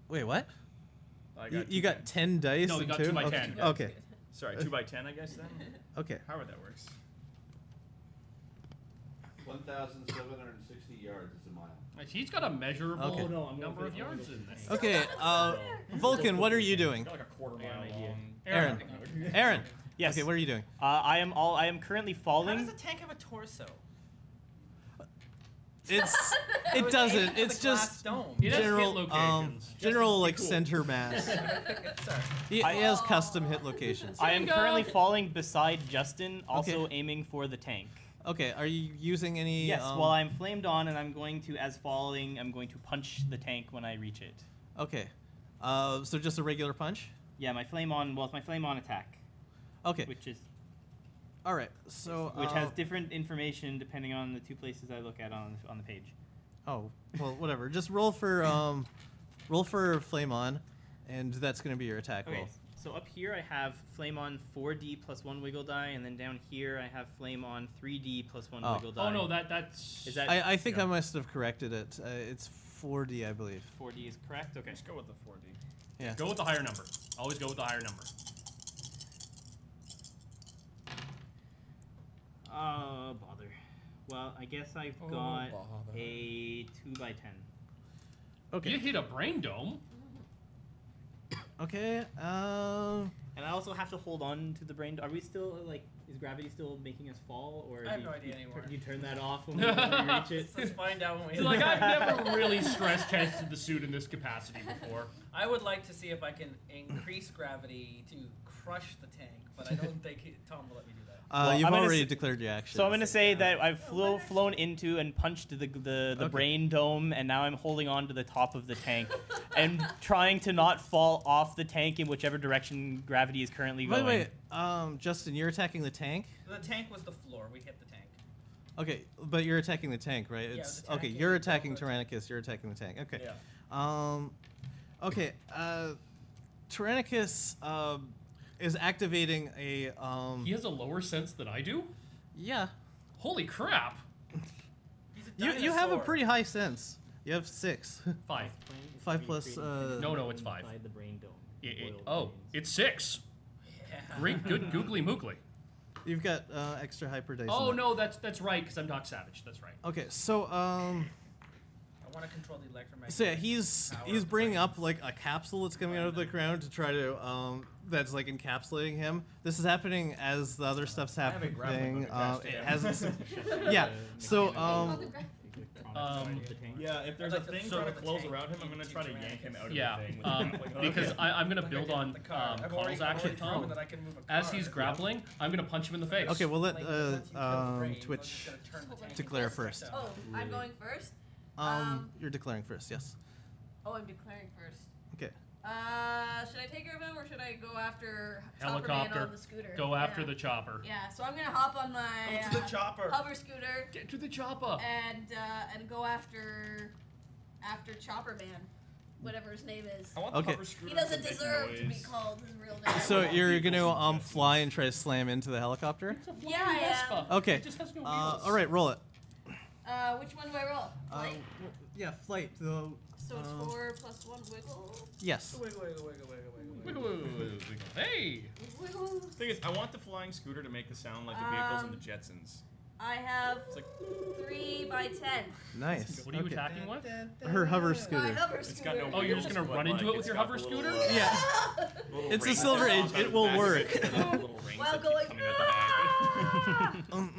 Wait, what? I two You, you by- got ten dice No, we and got two. two by okay. 10. Okay. Sorry, 2 by 10, I guess then? Okay. However that works. 1,760 yards is a mile. Like, He's got a measurable Okay. Oh, no, I'm number gonna of go- I'm yards gonna in there. Okay. Uh, Vulcan, what are you doing? Got like a quarter I mile got an idea. long. Aaron. Aaron. Yes. Okay, what are you doing? Uh, I am all. I am currently How does falling. a tank have a torso? It's it Oh, It's aimed doesn't. for It's the glass just dome. It has hit general um locations. general like center mass. Sorry. He, I- he has custom hit locations. I am Bingo. currently falling beside Justin, also aiming for the tank. Okay, are you using any? Yes. um, Well, I'm flamed on, and I'm going to, as falling, I'm going to punch the tank when I reach it. Okay, uh, so just a regular punch. Yeah, my flame on. Well, it's my flame on attack, Okay, which is all right. So which uh, has different information depending on the two places I look at on on the page. oh well, whatever. Just roll for um, roll for flame on, and that's gonna be your attack Okay. roll. So up here I have flame on 4d plus one wiggle die, and then down here I have flame on 3d plus one Oh. wiggle die. Oh no, that that's is that I, I think yeah. I must have corrected it. Uh, it's 4D, I believe. 4d is correct? Okay. Let's go with the 4D. Yeah. go with the higher number. Always go with the higher number. Uh, bother. Well, I guess I've got a two by ten. You Okay. hit a brain dome. Okay. Um. And I also have to hold on to the brain. Are we still like? Is gravity still making us fall, or I have do no you, idea you tur- anymore. You turn that off when we, when we reach it. Let's find out when we. So, like I've never really stress tested the suit in this capacity before. I would like to see if I can increase gravity to crush the tank, but I don't think he- Tom will let me do that. Uh, Well, you've I'm gonna already s- declared your action. So I'm gonna say that I've flo- flown into and punched the the, the Okay. brain dome, and now I'm holding on to the top of the tank, and trying to not fall off the tank in whichever direction gravity is currently By the going. way, um, Justin, you're attacking the tank. The tank was the floor. We hit the tank. Okay, but you're attacking the tank, right? it It's was attacking okay. You're the attacking bullet. Tyrannicus. You're attacking the tank. Okay. Yeah. Um, okay. Uh, Tyrannicus um, is activating a um. He has a lower sense than I do. Yeah. Holy crap! He's a You you have a dinosaur. pretty high sense. You have six. Five. Five plus. Uh, No, no, it's five. Inside the brain dome. I- I- Boiled oh, brains. it's six. Great, good, googly moogly. You've got uh, extra hyper dice. in Oh it. no, that's that's right, because I'm Doc Savage. That's right. Okay, so um, I want to control the electromagnetic. so yeah, he's Power he's of bringing brains. up like a capsule that's coming out of the ground to try to um, that's like encapsulating him. This is happening as the other stuff's I have a grappling happening. hook Uh, attached it to him. hasn't. yeah. Uh, So Oh, um, the gra- Um, Yeah, if there's I'd a like to thing throw trying to the close tank around him, I'm going to into try to Tyrannicus. yank him out of yeah, the thing. With the um, grappling hook. because I, I'm gonna Like I build did on with the car. um, I've already- Connell's I've already action, proven Tom. that I can move a As car. he's grappling, I'm gonna punch him in the face. okay, we'll let Like, uh, once you kill the um, brain, I'm Twitch just gonna turn the tank declare into a first. dinosaur. oh, I'm going first. um, Um, you're declaring first. Yes. Oh, I'm declaring first. Okay. Uh, should I take care of him or should I go after Chopper Man Helicopter. on the scooter? Go after Yeah. the chopper. Yeah, so I'm gonna hop on my Go to the uh, chopper. hover scooter Get to the chopper. and uh, and go after after Chopper Man, whatever his name is. I want Okay. the hover scooter He doesn't to make deserve to be noise. called his real name. So you're gonna um fly and try to slam into the helicopter? yeah, I am. Okay. It just has no Uh, wheels. all right, roll it. Uh, which one do I roll? Uh, Like, w- yeah, flight. So, so it's um, four plus one wiggle. Yes. Wiggle, wiggle, wiggle, wiggle, wiggle, wiggle. Wiggle, wiggle, wiggle, wiggle. Hey! Wiggle. Thing is, I want the flying scooter to make the sound like the vehicles in Um, the Jetsons. I have It's like three by ten. Nice. What are you okay. attacking with? Her hover My scooter. hover it's got scooter. no. Oh, you're just wheels, gonna but, run into like, it with it's your got hover the little, scooter? uh, Yeah. little It's a rings that Silver pop Age. out of It the will back of work. it, the little rings While that keep going. coming out the back. Dun,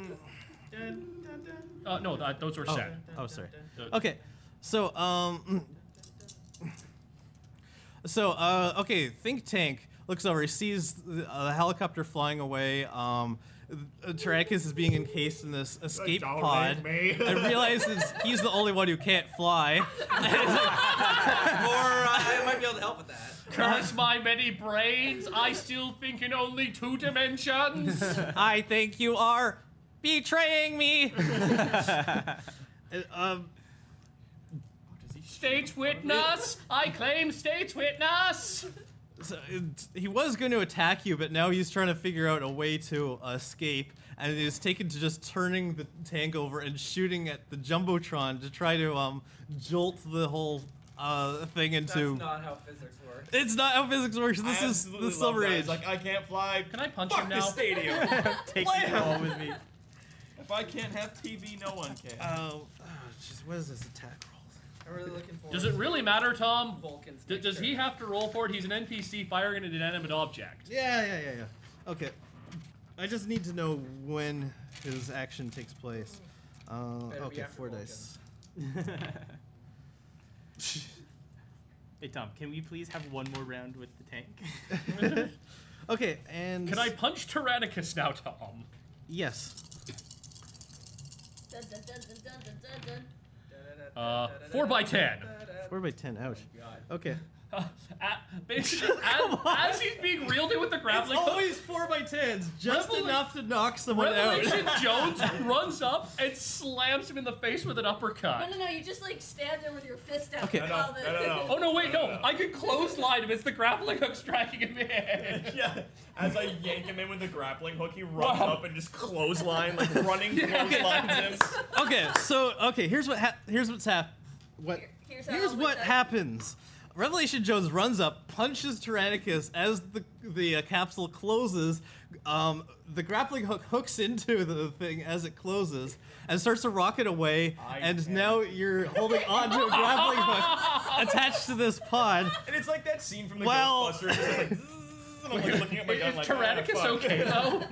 dun, dun, Uh, no, that, those are Oh. set. Oh, sorry. The- Okay. So, um. mm. So, uh, okay, Think Tank looks over, sees the, uh, the helicopter flying away. Um, uh, Tarakas is being encased in this escape pod. and realizes he's the only one who can't fly. I might be able to help with that. Curse my many brains! I still think in only two dimensions! I think you are betraying me. And, um, State's witness! I claim state's witness! so it- he was going to attack you, but now he's trying to figure out a way to escape, and it is taken to just turning the tank over and shooting at the jumbotron to try to um, jolt the whole uh, thing That's into. not how physics work. it's not how physics works. I This is absolutely the love Silver that. Age. It's like I can't fly. Can I punch Fuck him this now? stadium. Take it all with me. if I can't have TV, no one can. Oh, oh, jeez, what is this attack roll? I'm really looking forward. Does it to really matter, Tom? Vulcan's D- does picture. he have to roll for it? He's an NPC firing at an inanimate object. Yeah, yeah, yeah, yeah. Okay. I just need to know when his action takes place. Uh, Better be okay, after four Vulcan. dice. Hey Tom, can we please have one more round with the tank? Okay, and Can I punch Tyrannicus now, Tom? Yes. Dun, dun, dun, dun, dun, dun, dun, dun. Uh, 4 by 10 Four by ten. Ouch. Okay. Uh, at- basically, as, as he's being reeled in with the grappling hook, four by tens, Oh, just Revela- enough to knock someone Revelation Jones runs up and slams him in the face with an No, uppercut. no, no! You just like stand there with your fist out. Okay. and No, all the- no, no, no. Oh no, wait, no! I could clothesline him. It's the grappling hook striking him in. yeah. As I yank him in with the grappling hook, he runs Wow. up and just clothesline, like running clotheslines him. okay. So okay, here's what hap here's what's hap what Here- here's how here's it what looks like. happens. Revelation Jones runs up, punches Tyrannicus as the the uh, capsule closes. Um, the grappling hook hooks into the thing as it closes and starts to rocket away. and can. now you're holding onto a grappling hook attached to this pod. And it's like that scene from the Well- Ghostbusters. It's just like, "Zzz," and I'm like looking at Oh my gun Is like, Tyrannicus ah, fuck. okay though?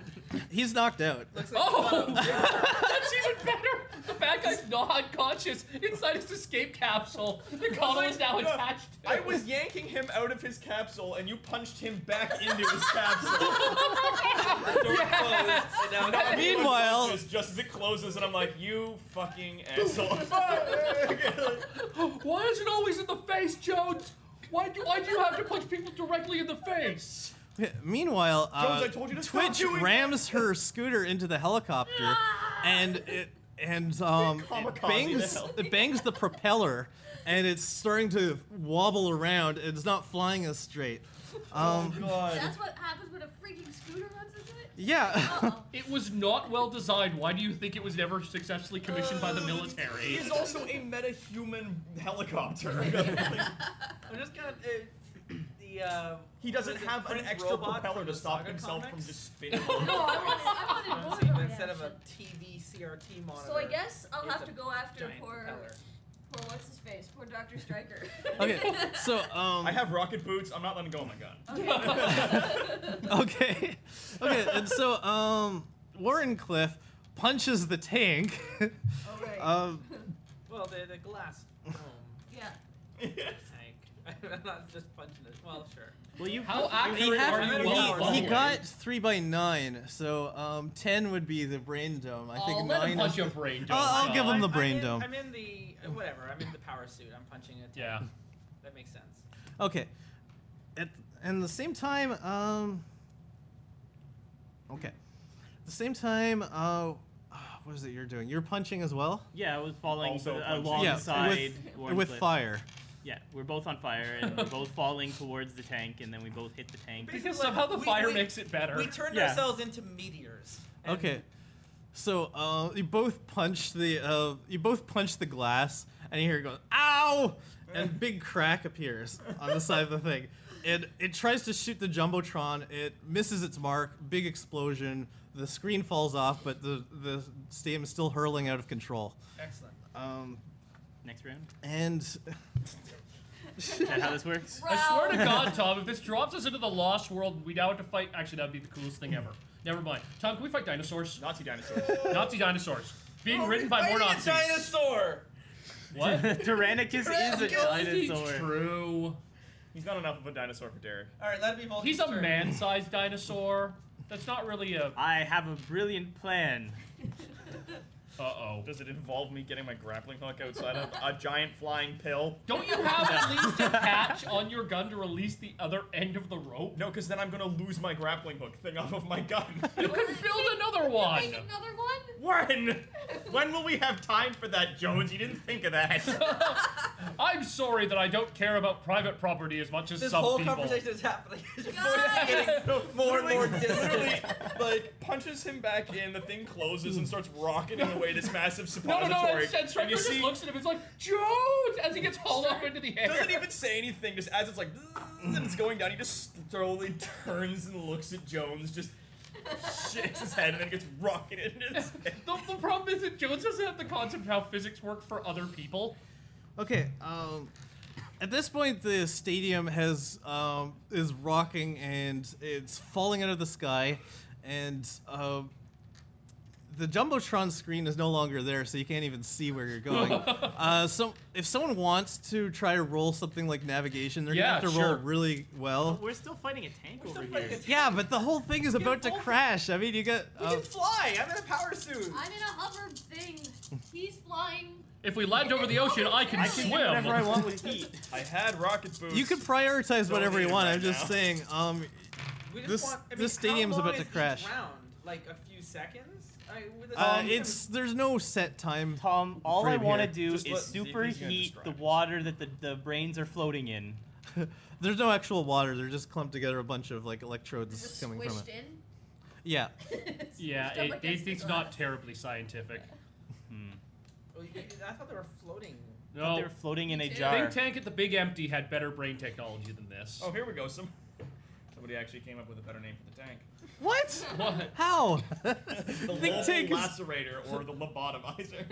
He's knocked out. Oh, that's even better. The bad guy's not conscious inside his escape capsule. The collar is now Yeah. attached. To uh, I it. was yanking him out of his capsule, and you punched him back into his capsule. Door closed, and now it's- Meanwhile- Just- just as it closes, and I'm like, you fucking asshole. Why is it always in the face, Jones? Why do why do you have to punch people directly in the face? Meanwhile, uh, I told you to stop Twitch doing that. rams her scooter into the helicopter, and it and um it Kamikaze bangs the hell. it bangs the propeller, and it's starting to wobble around. and It's not flying as straight. Um, That's what happens when a freaking scooter runs into it. yeah. Uh-oh. It was not well designed. Why do you think it was never successfully commissioned by the military? He's also a meta-human helicopter. I'm just gonna. Uh, the uh, he doesn't what is it, have an Prince extra Robot propeller from to the stop Saga himself comics? from just spinning. No, I wanted, I wanted more of that instead of a action. TV CRT monitor. Oh, So I guess I'll it's have a to go after giant poor, propeller. poor what's his face, poor Doctor Stryker. okay. So um. I have rocket boots. I'm not letting go of my gun. okay. Okay. And so um, Warren Cliff punches the tank. All right. um, Well, the the glass foam yeah. tank. I'm not just punching it. Well, sure. Will you? How accurate have- are I'm you? gonna go on the for he Anyway. runway? got three by nine, so um, ten would be the brain dome. I think oh, let nine. him is punch the- your brain. Jones. I'll- I'll give Tom. him the I'm- brain I'm in, dome. I'm in the uh, whatever. I'm in the power suit. I'm punching it. Yeah. That makes sense. Okay. at and the same time, um, okay, at the same time, uh, ah, what is it you're doing? You're punching as well. Yeah, I was falling Also b- punching. alongside yeah, with, Warncliffe. with fire. Yeah, we're both on fire and we're both falling towards the tank, and then we both hit the tank. Because somehow the fire makes it better. We turned Yeah. ourselves into meteors. and Okay, so uh, you both punch the uh, you both punch the glass, and you hear it go "ow," and big crack appears on the side of the thing. And it tries to shoot the jumbotron. It misses its mark. Big explosion. The screen falls off, but the the stadium is still hurling out of control. Excellent. Um, Next round. and Is that how this works? I swear to God, Tom, if this drops us into the Lost World, we now have to fight. Actually, that would be the coolest thing ever. Never mind. Tom, can we fight dinosaurs? Nazi dinosaurs. Nazi dinosaurs. Being Oh, written by more fighting a Nazis. dinosaur. What? Tyrannicus is a dinosaur. True. He's not enough of a dinosaur for Derek. All right, let it be Vulcan's He's a turn. man-sized dinosaur. That's not really a. I have a brilliant plan. Uh-oh. Does it involve me getting my grappling hook outside of a giant flying pill? Don't you have at least a catch on your gun to release the other end of the rope? No, because then I'm gonna lose my grappling hook thing off of my gun. You can build another Make one. another one? when? When will we have time for that, Jones? You didn't think of that. I'm sorry that I don't care about private property as much as This some whole people. conversation is happening. It's just Guys! getting more and more distant. Literally, like punches him back in. The thing closes and starts rocketing away this massive No, no, suppository. no, instead and Striker you just see, looks at him, it's like, Jones! As he gets hauled up into the air. doesn't even say anything. Just as it's like, and it's going down, he just slowly turns and looks at Jones. Just shakes his head and then gets rocketed into his head. the, the problem is that Jones doesn't have the concept of how physics work for other people. Okay. Um, at this point, the stadium has um, is rocking and it's falling out of the sky, and um, the jumbotron screen is no longer there, so you can't even see where you're going. uh, so, if someone wants to try to roll something like navigation, they're Yeah, gonna have to roll sure. really well. We're still fighting a tank over here. Yeah, but the whole thing is about to involved. crash. I mean, you got. um, We can fly. I'm in a power suit. I'm in a hover thing. He's flying. If we land over the ocean, I can I I can swim. do whatever I want with heat. I had rocket boots. you can prioritize Don't whatever need you it want. right I'm just now. saying. Um, We just This- want, I mean, this stadium's how long about is to each crash. Round? Like a few seconds? I, with a- uh, it's there's no set time. Tom, all I Afraid want to here. do Just is let- see if he's gonna superheat describe the it. water that the, the brains are floating in. There's no actual water. They're just clumped together a bunch of like electrodes Just coming from squished it. in. Yeah. Yeah, Squished up it, it- against the it's not glass. terribly scientific. Oh, you- I thought they were floating. But No, They're floating in a Think jar. Think Tank at the Big Empty had better brain technology than this. Oh, here we go. Some somebody actually came up with a better name for the tank. What? What? How? The Think lol tank is- lacerator or the lobotomizer.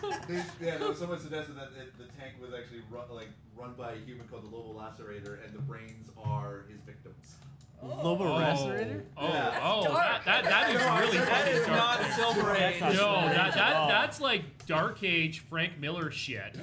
They, yeah, no, someone suggested that it, the tank was actually run, like run by a human called the Lobo Lacerator, and the brains are his victims. Lobo Oh, Lacerator? oh, Yeah. oh, that, that, that is really that fucking is dark. not Silver Age. not No, Silver that, Age that, at all. that's like Dark Age Frank Miller shit.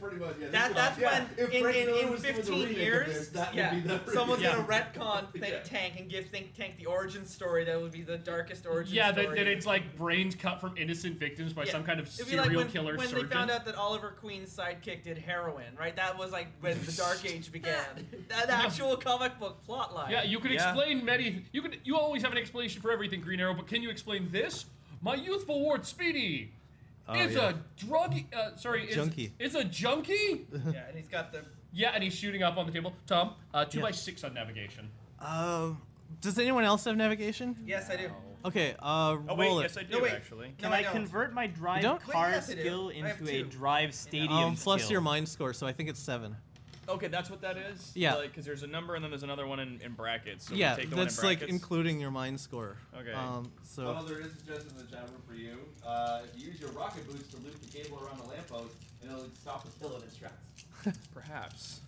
Pretty much, yeah. That, that's yeah, when, if in, Frank in, Miller in was doing the 15 remake of this, years, that yeah, would be the someone's remake. going to retcon Think Yeah. Tank and give Think Tank the origin story that would be the darkest origin Yeah, story. that, that it's like brains cut from innocent victims by Yeah. some kind of It'd be serial like when, killer when surgeon. they found out that Oliver Queen's sidekick did heroin, right? That was like when the Dark Age began. that actual comic book plot line. yeah, you can Yeah. explain many. You can. You always have an explanation for everything, Green Arrow. But can you explain this? My youthful ward, Speedy, Oh, is yeah. a drug. Uh, sorry, is, Junkie. Is a junkie. yeah, and he's got the yeah, and he's shooting up on the table. Tom, uh, two Yeah. by six on navigation. Um, does anyone else have navigation? Yes, I do. Okay. Uh, Oh wait, roll yes it. I do No, wait. actually. Can No, I I, don't. convert my drive don't? Wait, car yes, I do. skill I have into a two. drive stadium um, plus skill? your mind score, so I think it's seven. Okay, that's what that is. Yeah. Because there's a number and then there's another one in, in brackets. So we yeah, take the that's one in like brackets. including your mind score. Okay. Um, Oh, so there is a suggestion in the chat room for you. Uh, if you use your rocket boots to loop the cable around the lamppost, and it'll stop the pill in its tracks. Perhaps.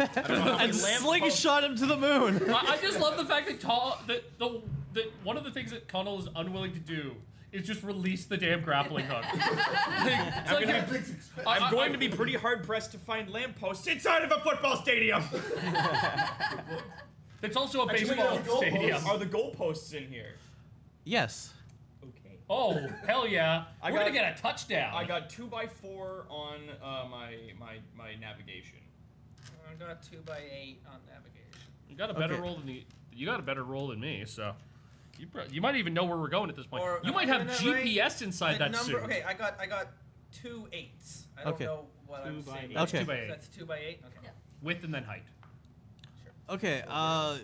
Oh. and slingshot him to the moon. I, I just love the fact that Tom, that the that one of the things that Connell is unwilling to do is just release the damn grappling hook. Like, it's like- gonna- I- I- I'm going I- to be pretty hard pressed to find lampposts inside of a football stadium. It's also a Actually, wait, baseball no, goalposts. stadium. Are the goalposts in here? yes. Okay. Oh, hell yeah. I We're going to got- get a touchdown. I got two by four on uh, my my my navigation. I got two by eight on navigation. got a better Okay. roll than the, you got a better roll than me, so you, pro- you might even know where we're going at this point. Or- you might have no, no, no, wait. GPS inside The that number, suit. Okay, I got I got two eights. I don't Okay. know what Two I'm by saying. eight. That's Okay. two by eight. That's two by eight. Okay. Width and then height. Okay, uh,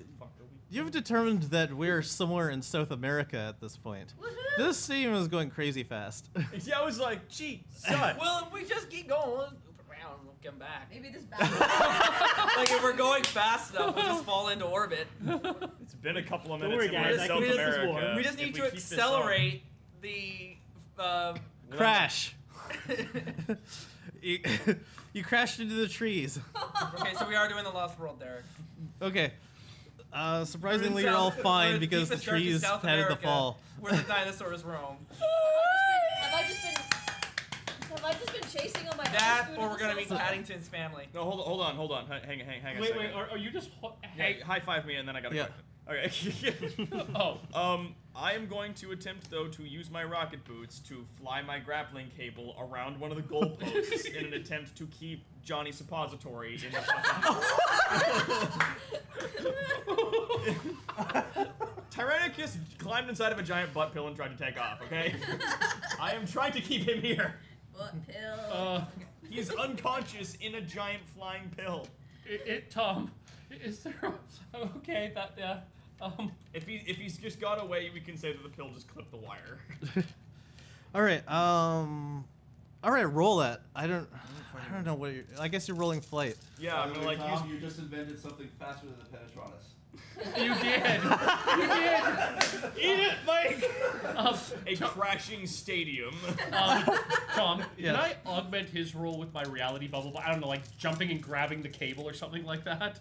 you've determined that we're somewhere in South America at this point. Woohoo! This team is going crazy fast. Yeah, I was like, gee, son. Well, if we just keep going, we'll loop around, we'll come back. Maybe this battle. like if we're going fast enough, we'll just fall into orbit. it's been a couple of Don't minutes. worry, and we're in guys, I South can do this as America. warm. We just If need we to keep this up- accelerate the. Uh, Crash! you, you crashed into the trees. okay, so we are doing the Lost World, Derek. Okay. Uh, We're in surprisingly, you're all South- fine we're in because the deepest, darkest trees South had the America, fall. Where the dinosaurs roam. have I just been? Have I just been chasing on my That, ice scooter or we're this gonna whole meet time? Paddington's family. No, hold on, hold on, hold on. Hang, hang, hang, hang. a Wait, second. wait, are, are you just ho- Hey, hey? high five me, and then I gotta Yeah. question. Okay. Oh, um, I am going to attempt though to use my rocket boots to fly my grappling cable around one of the goalposts in an attempt to keep Johnny Suppository in the fucking. Tyrannicus climbed inside of a giant butt pill and tried to take off. Okay, I am trying to keep him here. Butt pill. uh, He's unconscious in a giant flying pill. it, it Tom, i- is there? A, okay, that yeah. Um, If he if he's just got away, we can say that the pill just clipped the wire. All right. Um. All right. Roll that. I don't. I don't know what you're. I guess you're rolling flight. Yeah, I'm By the gonna way, like use Tom, you just invented something faster than the Penetronus. you did, you did. Eat it, Mike! Um, A crashing stadium. um, Tom, Yeah. can I augment his role with my reality bubble? But I don't know, like jumping and grabbing the cable or something like that.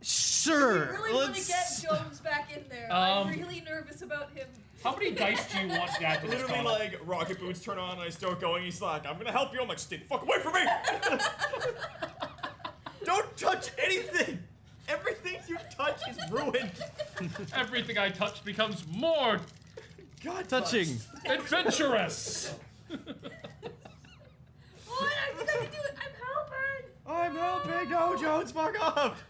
We Sure. really want to get Jones back in there. Um, I'm really nervous about him. How many dice do you want to add to this? Literally, Colin? like, rocket boots turn on, and I start going. He's like, I'm gonna help you. I'm like, stay the fuck away from me! Don't touch anything! Everything you touch is ruined. everything I touch becomes more God, touching. adventurous. What? I think I can do it. I'm helping. I'm helping. No, Jones, fuck off.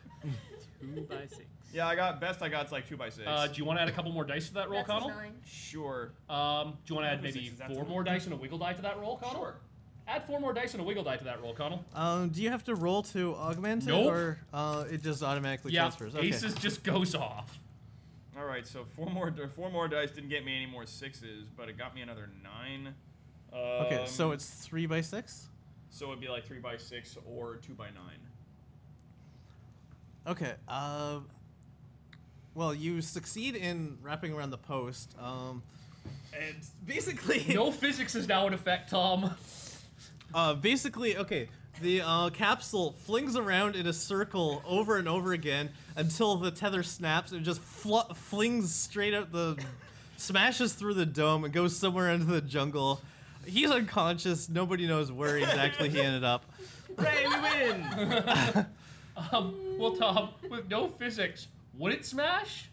Two by six. Yeah, I got best. I got it's like two by six. Uh, do you want to add a couple more dice to that roll, That's a Connell? nine. sure. Um, do you want to add Six, maybe is that four twenty? more dice and a wiggle die to that roll, Connell? Sure. Add four more dice and a wiggle die to that roll, Connell. Um. Do you have to roll to augment it, Nope. or uh, it just automatically yeah, transfers? Okay. aces just goes off. All right, so four more four more dice didn't get me any more sixes, but it got me another nine. Um, Okay. so it's three by six. so it'd be like three by six or two by nine. Okay. Uh, well, you succeed in wrapping around the post. Um, And basically, No physics is now in effect, Tom. uh, basically, okay. The uh, capsule flings around in a circle over and over again until the tether snaps and just fl- flings straight out the, smashes through the dome and goes somewhere into the jungle. He's unconscious. Nobody knows where exactly he ended up. Ray, we win. Um, well, Tom, with no physics, would it smash?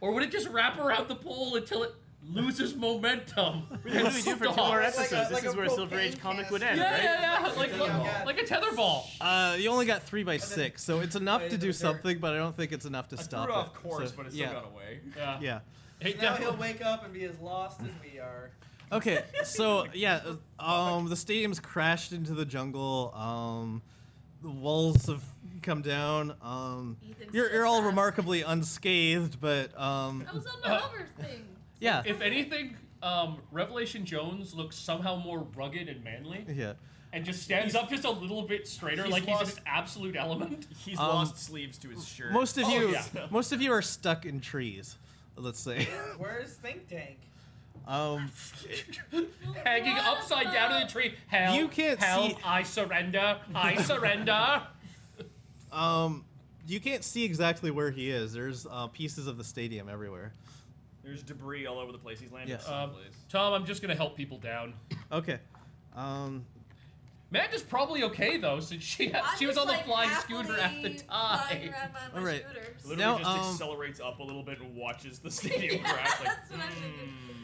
Or would it just wrap around the pole until it loses momentum? What do we do for two more It's like episodes? a- this like is a where Silver propane Age comic canister. would Yeah, end, right? yeah, yeah. Like, Yeah, like, yeah. like a tether ball. Uh, you only got three by six, so it's enough to Wait, do there- something, but I don't think it's enough to I stop threw it off it. course, So, but it still yeah, got away. Yeah. yeah. It Now he'll definitely- wake up and be as lost as we are. Okay, so yeah, uh, um, the stadium's crashed into the jungle. Um, the walls have come down. Um, Ethan's you're still you're all trapped. remarkably unscathed, but um, I was on Uh, my hover thing. yeah, if anything, um, Revelation Jones looks somehow more rugged and manly, yeah. and just stands up just a little bit straighter, He's like he's lost- in his absolute element. He's Um, lost sleeves to his shirt. Most of Oh, you, yeah. most of you are stuck in trees. Let's say, Where's Think Tank? um, Hanging What upside down in a tree. Help! You can't help! see- I surrender! I surrender! um, you can't see exactly where he is. There's uh, pieces of the stadium everywhere. There's debris all over the place. He's landed Yes. Um, someplace. Tom, I'm just gonna help people down. Okay, um, Amanda's probably okay though, since she I'm she was on just, the like, flying scooter at the happily flying time. around my- my All right. scooters. Literally now, just um, accelerates up a little bit and watches the stadium Yeah, crash. Like, that's what I should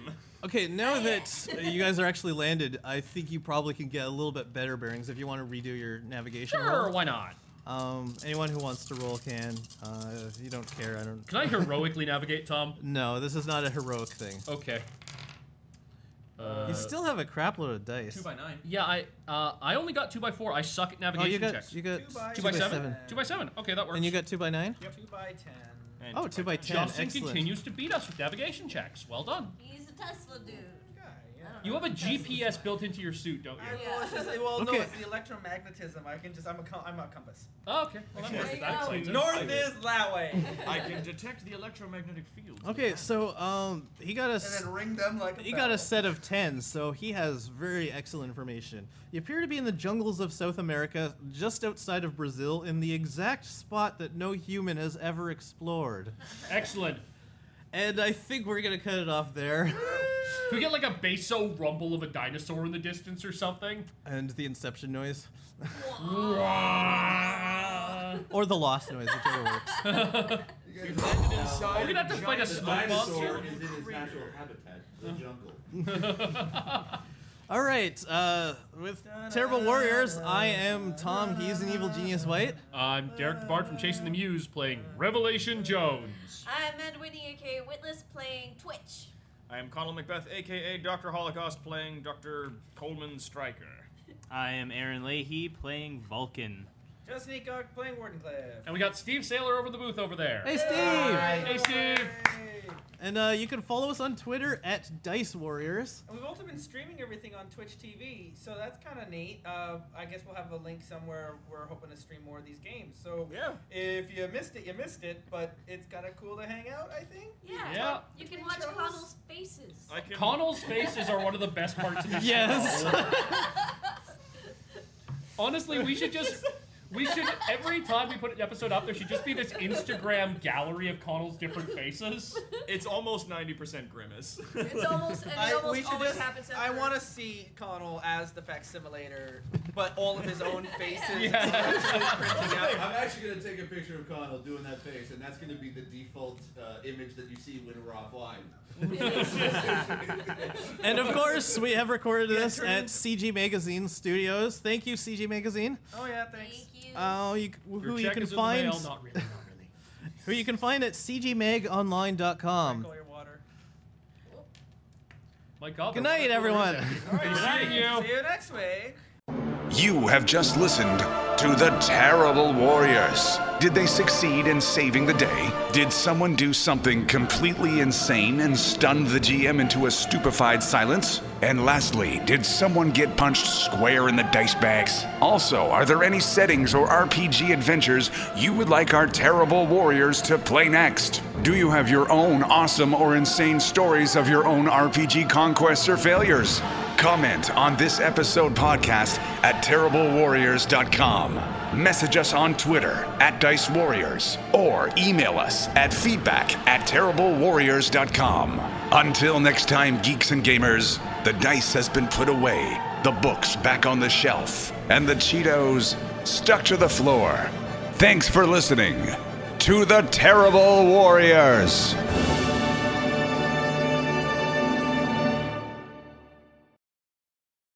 do. mm. Okay, now Yeah. that uh, you guys are actually landed, I think you probably can get a little bit better bearings if you want to redo your navigation. Sure, roll. why not? Um, anyone who wants to roll can. Uh, if you don't care, I don't. Can I heroically navigate, Tom? no, this is not a heroic thing. Okay. Uh, you still have a crap load of dice. Two by nine. Yeah, I uh, I only got two by four. I suck at oh, navigation you got checks. you got Two by two by two by seven. seven. Two by seven. Okay, that works. and you got two by nine. Two by ten. And Oh, two by ten. Justin Excellent. continues to beat us with navigation checks. Well done. He's a Tesla dude. Guy, yeah. You have a GPS built into your suit, don't I, you? well, it's just, well, Okay. no, it's the electromagnetism. I can just, I'm a, com- I'm a compass. Oh, okay. Well, that There works. you That go. explains it. North is that way. I can detect the electromagnetic field. Okay, so um, he got a And s- then ring them like a he got a bell. set of tens, so he has very excellent information. You appear to be in the jungles of South America, just outside of Brazil, in the exact spot that no human has ever explored. Excellent. And I think we're gonna cut it off there. Could we get like a basso rumble of a dinosaur in the distance or something? and the inception noise, We're or the lost noise, whichever works. You guys landed inside. gonna have to fight a The smoke dinosaur monster. is in its natural habitat, the jungle. All right, uh, with Terrible Warriors, I am Tom. He's an evil genius white. I'm Derek Bard from Chasing the Muse playing Revelation Jones. I'm Edwini, aka Witless, playing Twitch. I am Connell Macbeth, aka Dr. Holocaust, playing Dr. Coleman Stryker. I am Aaron Leahy playing Vulcan. Just sneak out playing Wardenclyffe. And we got Steve Sailor over the booth over there. Hey, Steve! Hey, Steve. Hey. And uh, you can follow us on Twitter at Dice Warriors. And We've also been streaming everything on Twitch TV, so that's kind of neat. Uh, I guess we'll have a link somewhere. We're hoping to stream more of these games. So Yeah. if you missed it, you missed it. But it's kind of cool to hang out. I think. Yeah. Yeah. You can Twitch watch shows. Connell's faces. I can Connell's faces are one of the best parts of this Yes. Honestly, we should just. We should every time we put an episode up, there should just be this Instagram gallery of Connell's different faces. It's almost 90% grimace. It's almost. And it I, we almost should always just, happens. I after. want to see Connell as the facsimilator, but all of his own faces. Hey, I'm actually gonna take a picture of Connell doing that face, and that's gonna be the default uh, image that you see when we're offline. And of course, we have recorded this turn at into- CG Magazine Studios. Thank you, CG Magazine. Oh yeah, Thank thanks. you. Uh, you, Your who you check can is in find the mail, not really, not really. who you can find at cgmagonline.com. Drink all your water. My God. Good night, everyone. All right, Good night, you. See you next week. You have just listened to The Terrible Warriors. Did they succeed in saving the day? Did someone do something completely insane and stunned the GM into a stupefied silence? And lastly, did someone get punched square in the dice bags? Also, are there any settings or RPG adventures you would like our Terrible Warriors to play next? Do you have your own awesome or insane stories of your own RPG conquests or failures? Comment on this episode podcast at terriblewarriors.com. Message us on Twitter at Dice Warriors or email us at feedback at terriblewarriors.com. Until next time, geeks and gamers, the dice has been put away, the books back on the shelf, and the Cheetos stuck to the floor. Thanks for listening to the Terrible Warriors.